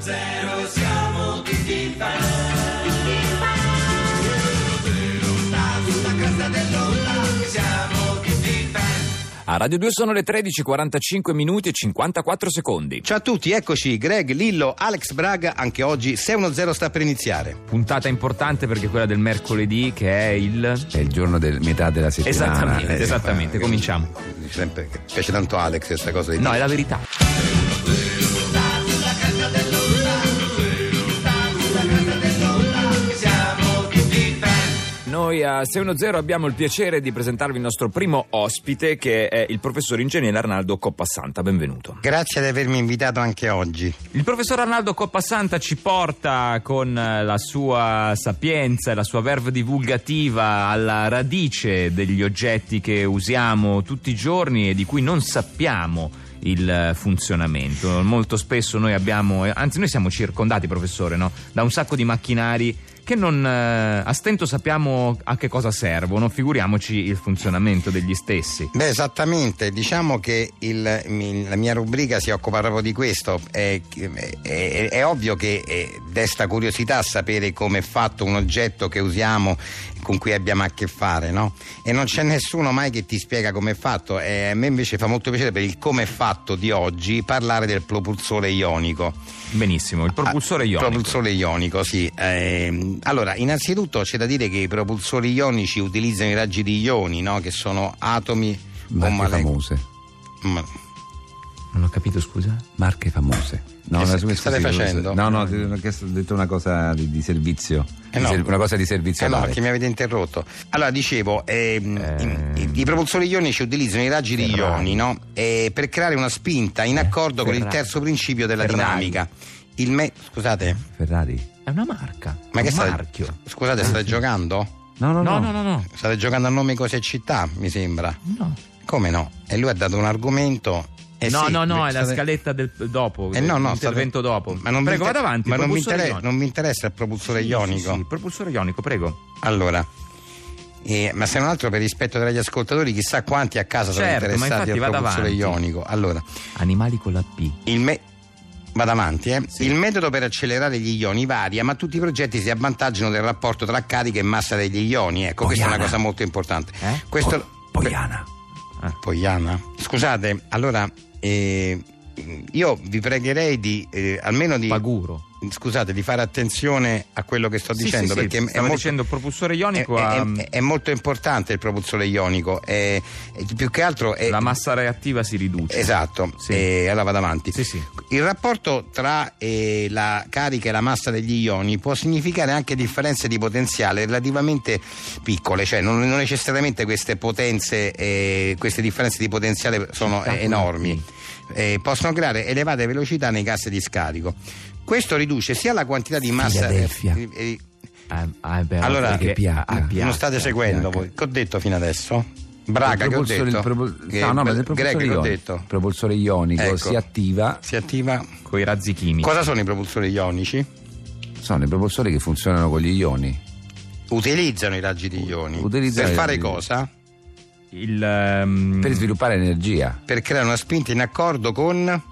zero siamo tutti fan. Zero sta sulla casa dell'onda, siamo tutti fan. A Radio 2 sono le 13:45 minuti e 54 secondi. Ciao a tutti, eccoci Greg, Lillo, Alex Braga, anche oggi 610 sta per iniziare. Puntata importante perché è quella del mercoledì che è il È il giorno del metà della settimana. Esattamente, Eh, esattamente, fa- cominciamo. Sempre che piace tanto a Alex questa cosa di No, è la verità. Noi a 610 abbiamo il piacere di presentarvi il nostro primo ospite che è il professor ingegnere Arnaldo Coppassanta. Benvenuto. Grazie di avermi invitato anche oggi. Il professor Arnaldo Coppassanta ci porta con eh, la sua sapienza e la sua verve divulgativa alla radice degli oggetti che usiamo tutti i giorni e di cui non sappiamo il eh, funzionamento. Molto spesso noi abbiamo, eh, anzi noi siamo circondati, professore, no? da un sacco di macchinari che non eh, a stento sappiamo a che cosa servono, figuriamoci il funzionamento degli stessi. Beh, esattamente, diciamo che il- mi- la mia rubrica si occupa proprio di questo. È, è- è ovvio che eh, desta curiosità sapere come è fatto un oggetto che usiamo, con cui abbiamo a che fare, no? E non c'è nessuno mai che ti spiega come è fatto. E a me invece fa molto piacere per il come è fatto di oggi parlare del propulsore ionico. Benissimo, il propulsore Ah, ionico. Propulsore ionico, sì. Ehm, allora, innanzitutto c'è da dire che i propulsori ionici utilizzano i raggi di ioni, no? che sono atomi o Mm. Marche mole- famose. ma- Non ho capito, scusa? Marche famose. Che la- se- che state scusi, facendo? No, no, ti ho chiesto- ho detto una cosa di, di servizio. Eh Di no. ser- una cosa di servizio. Eh no, orale. che mi avete interrotto. Allora, dicevo, ehm, Ehm. i, i propulsori ionici utilizzano i raggi di Ferrari. Eh, ioni no? Eh, per creare una spinta in accordo con il Ferrari. terzo principio della Ferrari. dinamica. Il me- scusate, Ferrari. È una marca. ma è che un state- marchio. Scusate, state giocando? No, no, No, no. no, no, no. State giocando a nome cose e città, mi sembra. No, Come no? E lui ha dato un argomento. Eh no, sì, no, no, è la state- scaletta del dopo. Eh no, no, intervento state- dopo. Ma non prego, mi inter- vado avanti. Ma non mi, propulsore inter- ionico. non mi interessa il propulsore Sì, ionico. Sì, sì, propulsore ionico, prego. Allora, eh, ma se non altro per rispetto degli ascoltatori, chissà quanti a casa Certo, ma sono infatti interessati al vado propulsore avanti. ionico. Allora, Animali con la P. il me- Vado avanti, eh. Sì. Il metodo per accelerare gli ioni varia, ma tutti i progetti si avvantaggiano del rapporto tra carica e massa degli ioni. Ecco, questa è una Poiana. cosa molto importante. Eh? Questo... Po- Poiana. Poiana. Scusate, allora, eh, io vi pregherei di eh, almeno di. Paguro. Scusate, di fare attenzione a quello che sto Sì, dicendo sì, sì, perché è stavo molto, Eh, dicendo propulsore ionico ah, ehm. è, ha- è- è molto importante il propulsore ionico, è, è- più che altro è, La massa reattiva si riduce. eh, Esatto, Sì. e allora vado avanti. Sì, sì. Il rapporto tra eh, la carica e la massa degli ioni può significare anche differenze di potenziale relativamente piccole, cioè non, non necessariamente queste potenze, eh, queste differenze di potenziale sono Città eh, enormi, Mm. Eh, possono creare elevate velocità nei gas di scarico. Questo riduce sia la quantità di massa. Philadelphia. eh, eh, Ah, ah, beh, Allora, perché- che PH. ah, PH. non state seguendo PH. voi. Che ho detto fino adesso? Braga, che ho Propulsore- detto? il propul- Che- no, no, ma Greg, del propulsore che ho ionico. detto? propulsore ionico Ecco. si attiva Si attiva. Coi ecco, razzi chimici. Cosa sono i propulsori ionici? sono i propulsori che funzionano con gli ioni. Utilizzano i raggi di ioni. utilizzano per i fare raggi di- cosa? Il, ehm, Mm. Per sviluppare energia. Per creare una spinta in accordo con.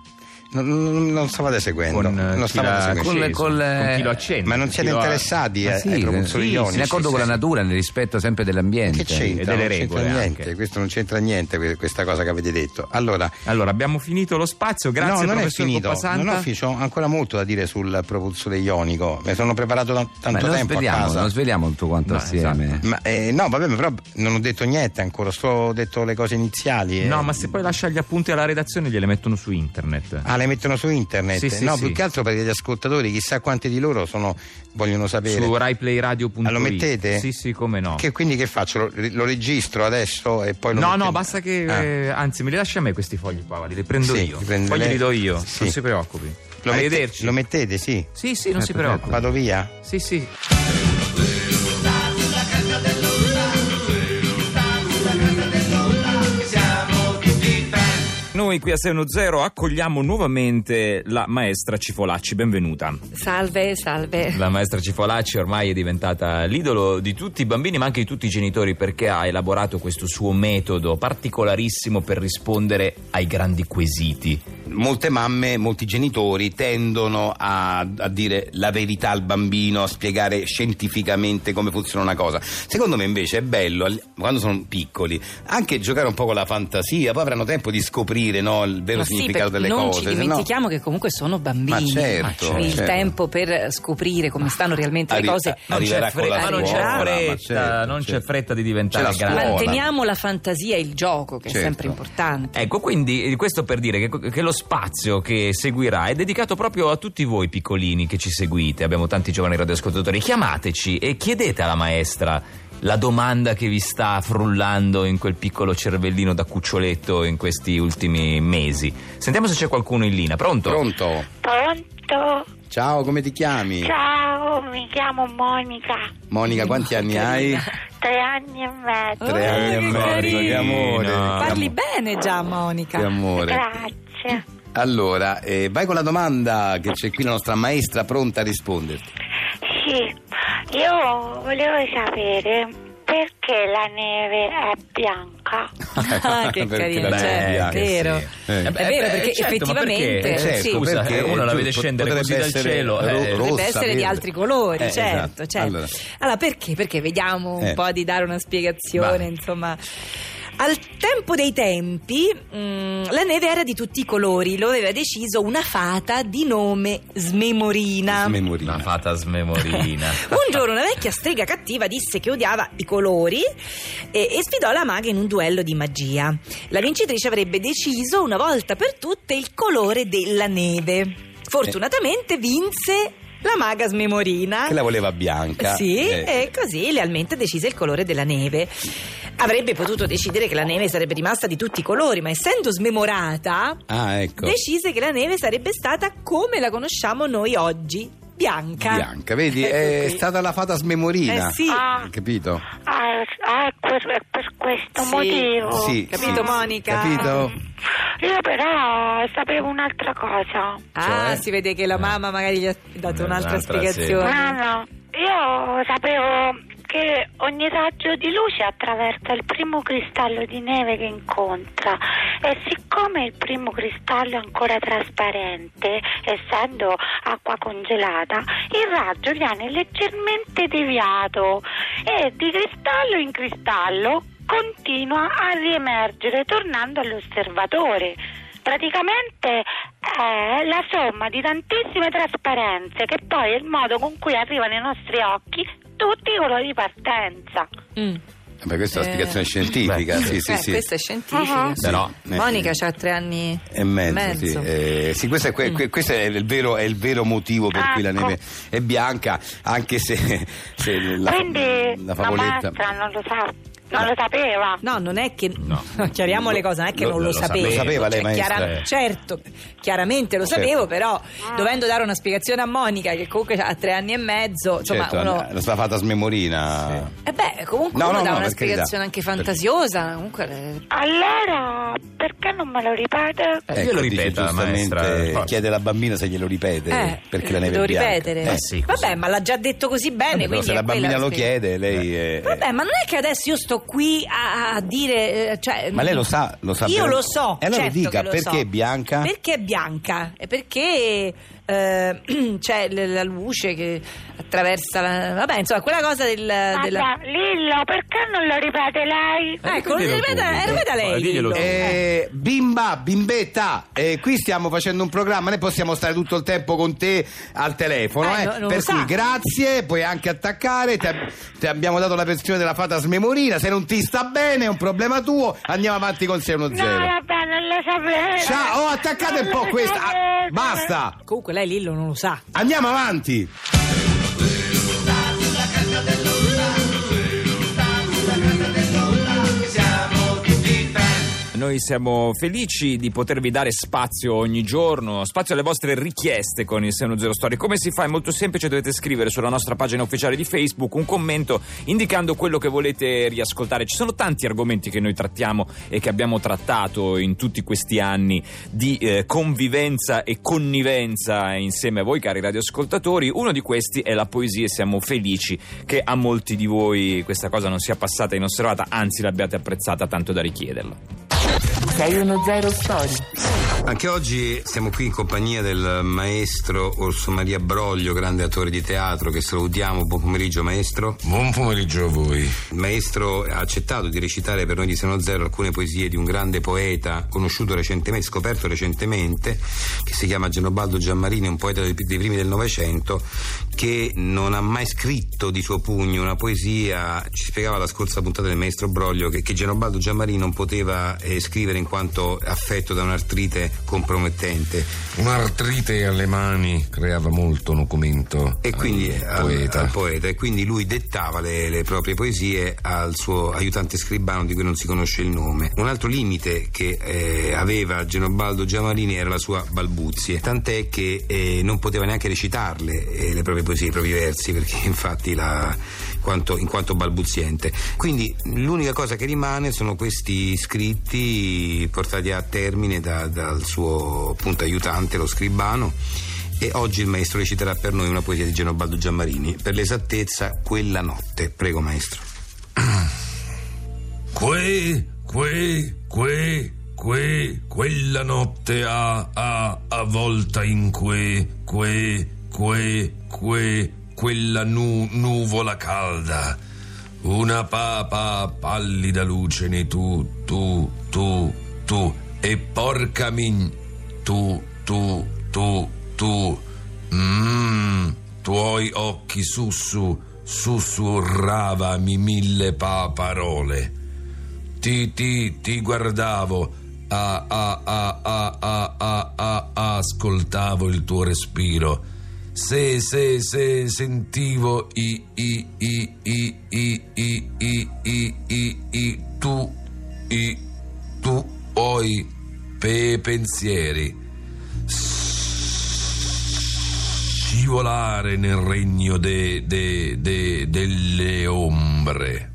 Non, non- non stavate seguendo. Con, eh, non chi l'ha- stavate seguendo. con Con- con- chi lo accende. Ma non siete chi lo ha- interessati Ma ai- ai eh, propulsori Ah, sì, ionici? in accordo con la sì. natura, nel rispetto sempre Che dell'ambiente. c'entra? E delle non c'entra regole niente. anche. Questo non c'entra niente, que- questa cosa che avete detto. Allora, Allora, abbiamo finito lo spazio. Grazie, no, non è professor finito. Coppasanta. Non ho finito, ho ancora molto da dire sul propulsore ionico. Mi sono preparato da Ma tanto non tempo a svegliamo, casa. non svegliamo tutto quanto No, assieme. esatto. Ma, eh, no, vabbè, ma però non ho detto niente ancora, sto- ho detto le cose iniziali. eh. No, ma se poi lascia gli appunti alla redazione gliele mettono su internet. Ah, le mettono su internet? Sì, sì, no, sì. più che altro perché gli ascoltatori, chissà quanti di loro sono, vogliono sapere. Su raiplayradio.it Ah, lo mettete? Sì, sì, come no. Che, quindi che faccio? Lo, lo registro adesso e poi lo No, metto no, in- basta che. Ah, eh, anzi, me li lascia a me questi fogli qua, guardi, li prendo Sì, io. li prende Poi lei. glieli do io, Sì. non si preoccupi. lo mette- Arrivederci. lo mettete, sì. Eh, Sì, sì, non si Certo, certo. preoccupi. Vado via. Sì, sì. Noi qui a 610 accogliamo nuovamente la maestra Cifolacci, benvenuta. Salve, salve. La maestra Cifolacci ormai è diventata l'idolo di tutti i bambini, ma anche di tutti i genitori, perché ha elaborato questo suo metodo particolarissimo per rispondere ai grandi quesiti. molte mamme, molti genitori tendono a, a dire la verità al bambino, a spiegare scientificamente come funziona una cosa. Secondo me invece è bello, al- quando sono piccoli, anche giocare un po' con la fantasia, poi avranno tempo di scoprire no, il vero Ma sì, significato perché delle non cose. ci se no- dimentichiamo che comunque sono bambini. Ma certo, Il certo. tempo per scoprire come stanno realmente le Arri- cose. Non c'è, Arriverà con fretta, la ma non c'è scuola, ma fretta, certo, non c'è certo. fretta di diventare C'è la grande. scuola. Manteniamo la fantasia e il gioco, che è Certo. sempre importante. Ecco, quindi eh, questo per dire che, che lo spazio che seguirà è dedicato proprio a tutti voi piccolini che ci seguite. Abbiamo tanti giovani radioascoltatori. Chiamateci e chiedete alla maestra la domanda che vi sta frullando in quel piccolo cervellino da cuccioletto in questi ultimi mesi. Sentiamo se c'è qualcuno in linea. Pronto? Pronto? Pronto? Ciao, come ti chiami? Ciao, mi chiamo Monica, Monica, quanti anni hai? tre anni e mezzo. Eh, Oh, Tre anni e che mezzo, che carino. amore. Parli che bene già, Monica. am- Che amore. Grazie. Allora, eh, vai con la domanda che c'è qui la nostra maestra pronta a risponderti. Sì, io volevo sapere perché la neve è bianca. Ah, che Perché carino, la certo, neve è bianca, vero. sì. È Eh, beh, vero, beh, perché certo, ma effettivamente perché? sì. Eh, certo, Scusa, perché uno la vede tu- scendere potrebbe così dal essere cielo, ro- eh. Potrebbe rossa, essere di verde. altri colori, Eh, certo, esatto. certo. Allora. Allora, perché? Perché vediamo un Eh. po' di dare una spiegazione, Vai. insomma. Al tempo dei tempi mh, la neve era di tutti i colori, lo aveva deciso una fata di nome Smemorina. memorina. Una fata smemorina. Un giorno una vecchia strega cattiva disse che odiava i colori e, e sfidò la maga in un duello di magia. La vincitrice avrebbe deciso una volta per tutte il colore della neve. Fortunatamente vinse la maga smemorina. Che la voleva bianca. Sì, Eh, e così lealmente decise il colore della neve. Avrebbe potuto decidere che la neve sarebbe rimasta di tutti i colori, ma essendo smemorata, Ah, ecco. decise che la neve sarebbe stata come la conosciamo noi oggi, bianca. Bianca, vedi, eh, Ecco è qui. stata la fata smemorina. Eh sì. Ah, Capito? ah, ah, per, è per questo Sì. motivo. Mm. Sì, Capito, sì. Monica? Capito? Io però sapevo un'altra cosa. Ah, Cioè? si vede che la mamma magari gli ha dato Eh, un'altra, un'altra, sì. No, spiegazione. Ah, no, io sapevo che ogni raggio di luce attraversa il primo cristallo di neve che incontra e siccome il primo cristallo è ancora trasparente, essendo acqua congelata, il raggio viene leggermente deviato e di cristallo in cristallo continua a riemergere tornando all'osservatore. Praticamente è la somma di tantissime trasparenze che poi è il modo con cui arrivano ai nostri occhi tutti i colori di partenza. Mm. Beh, questa è Eh. la spiegazione scientifica. Beh, sì, sì, Eh, sì. Questa è scientifica. Ah, sì. però, eh, Monica ha tre anni E mezzo, sì. Eh, sì, questo, è, que- que- questo è il vero, è il vero motivo per cui la Ecco. neve è bianca, anche se, se la, Quindi la la, favoletta... maestra non lo, sa- non lo sapeva. No, non è che. No. Chiariamo le cose, non è che Lo- non lo, lo sapevo. sapevo. Lo sapeva lei, Cioè, maestra, chiara- eh. Certo, chiaramente lo Certo. sapevo, però Ah. dovendo dare una spiegazione a Monica, che comunque ha tre anni e mezzo, insomma, certo, uno. la sta fatta smemorina. Eh beh, comunque No, uno no, dà no, una per carità. spiegazione anche fantasiosa. Comunque. Allora, perché non me lo ripete? Eh, glielo Ecco, dice ripeta la giustamente, maestra. Chiede alla bambina se glielo ripete, eh, perché la neve devo è bianca. ripetere. Eh, sì, così. Vabbè, ma l'ha già detto così bene. però quindi se è la quella bambina lo spiegazione. chiede, eh. lei... è- Vabbè, ma non è che adesso io sto qui a, a dire. eh, Cioè, Ma lei lo sa, lo sa Io bene. lo so. E allora certo dica, che lo perché so. è bianca? Perché è bianca? E perché eh, c'è l- la luce che attraversa la. Vabbè, insomma, quella cosa del. della- Vabbè, Lillo, perché non lo ripete lei? Eh, Ecco, lo diglielo tu, ripeta, diglielo. ripeta lei. Eh, diglielo Lillo. tu. Eh, bimba, bimbetta, eh, qui stiamo facendo un programma, noi possiamo stare tutto il tempo con te al telefono. Eh, eh. no- non per lo cui sa. grazie, puoi anche attaccare. Ti, ab- ti abbiamo dato la versione della fata smemorina. Se non ti sta bene, è un problema tuo. Andiamo avanti con 6-1-0. No, vabbè, non lo sapevo. Ciao, oh, attaccate un Non po' lo questa. ah, sapevo. basta, Comunque lei Lillo non lo sa. andiamo avanti. Noi siamo felici di potervi dare spazio ogni giorno, spazio alle vostre richieste con il 610 Story. Come si fa? È molto semplice, dovete scrivere sulla nostra pagina ufficiale di Facebook un commento indicando quello che volete riascoltare. Ci sono tanti argomenti che noi trattiamo e che abbiamo trattato in tutti questi anni di eh, convivenza e connivenza insieme a voi cari radioascoltatori. Uno di questi è la poesia e siamo felici che a molti di voi questa cosa non sia passata inosservata, anzi l'abbiate apprezzata tanto da richiederla. 610 Story. Anche oggi siamo qui in compagnia del maestro Orso Maria Broglio, grande attore di teatro, che salutiamo. Buon pomeriggio maestro. Buon pomeriggio a voi. Il maestro ha accettato di recitare per noi di Seno Zero alcune poesie di un grande poeta conosciuto recentemente, scoperto recentemente, che si chiama Genobaldo Giammarini, un poeta dei, dei primi del Novecento, che non ha mai scritto di suo pugno una poesia. Ci spiegava la scorsa puntata del maestro Broglio che, che Genobaldo Giammarini non poteva eh, scrivere in quanto affetto da un'artrite compromettente. Un'artrite alle mani creava molto nocumento E al quindi al- poeta. al poeta, e quindi lui dettava le, le proprie poesie al suo aiutante scribano di cui non si conosce il nome. Un altro limite che eh, aveva Genobaldo Giamarini era la sua balbuzie, tant'è che eh, non poteva neanche recitarle eh, le proprie poesie, i propri versi, perché infatti la- quanto- in quanto balbuziente. Quindi l'unica cosa che rimane sono questi scritti portati a termine da- dal suo appunto aiutante, lo scribano e oggi il maestro reciterà per noi una poesia di Genobaldo Giammarini, per l'esattezza Quella notte. Prego maestro. Que, que, que, que, quella notte a, a, a volta in que, que, que, que, quella nu- nuvola calda. Una papa pallida luce nei tu, tu, tu, tu, e porca min, tu, tu, tu, tu. Mmm, tuoi occhi sussu, sussurravami mille pa- parole. Ti, ti, ti guardavo, a, a, a, a, a, a, a, ascoltavo il tuo respiro. Se, se, se, sentivo i, i, i, i, i, i, i, i, i, i, tu, i, tu, oi, pe, pensieri. Scivolare nel regno de, de, de, delle ombre.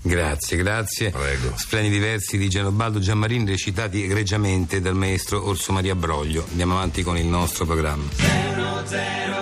Grazie, grazie. Prego. Splendidi versi di Genobaldo Giammarini recitati egregiamente dal maestro Orso Maria Broglio. Andiamo avanti con il nostro programma. zero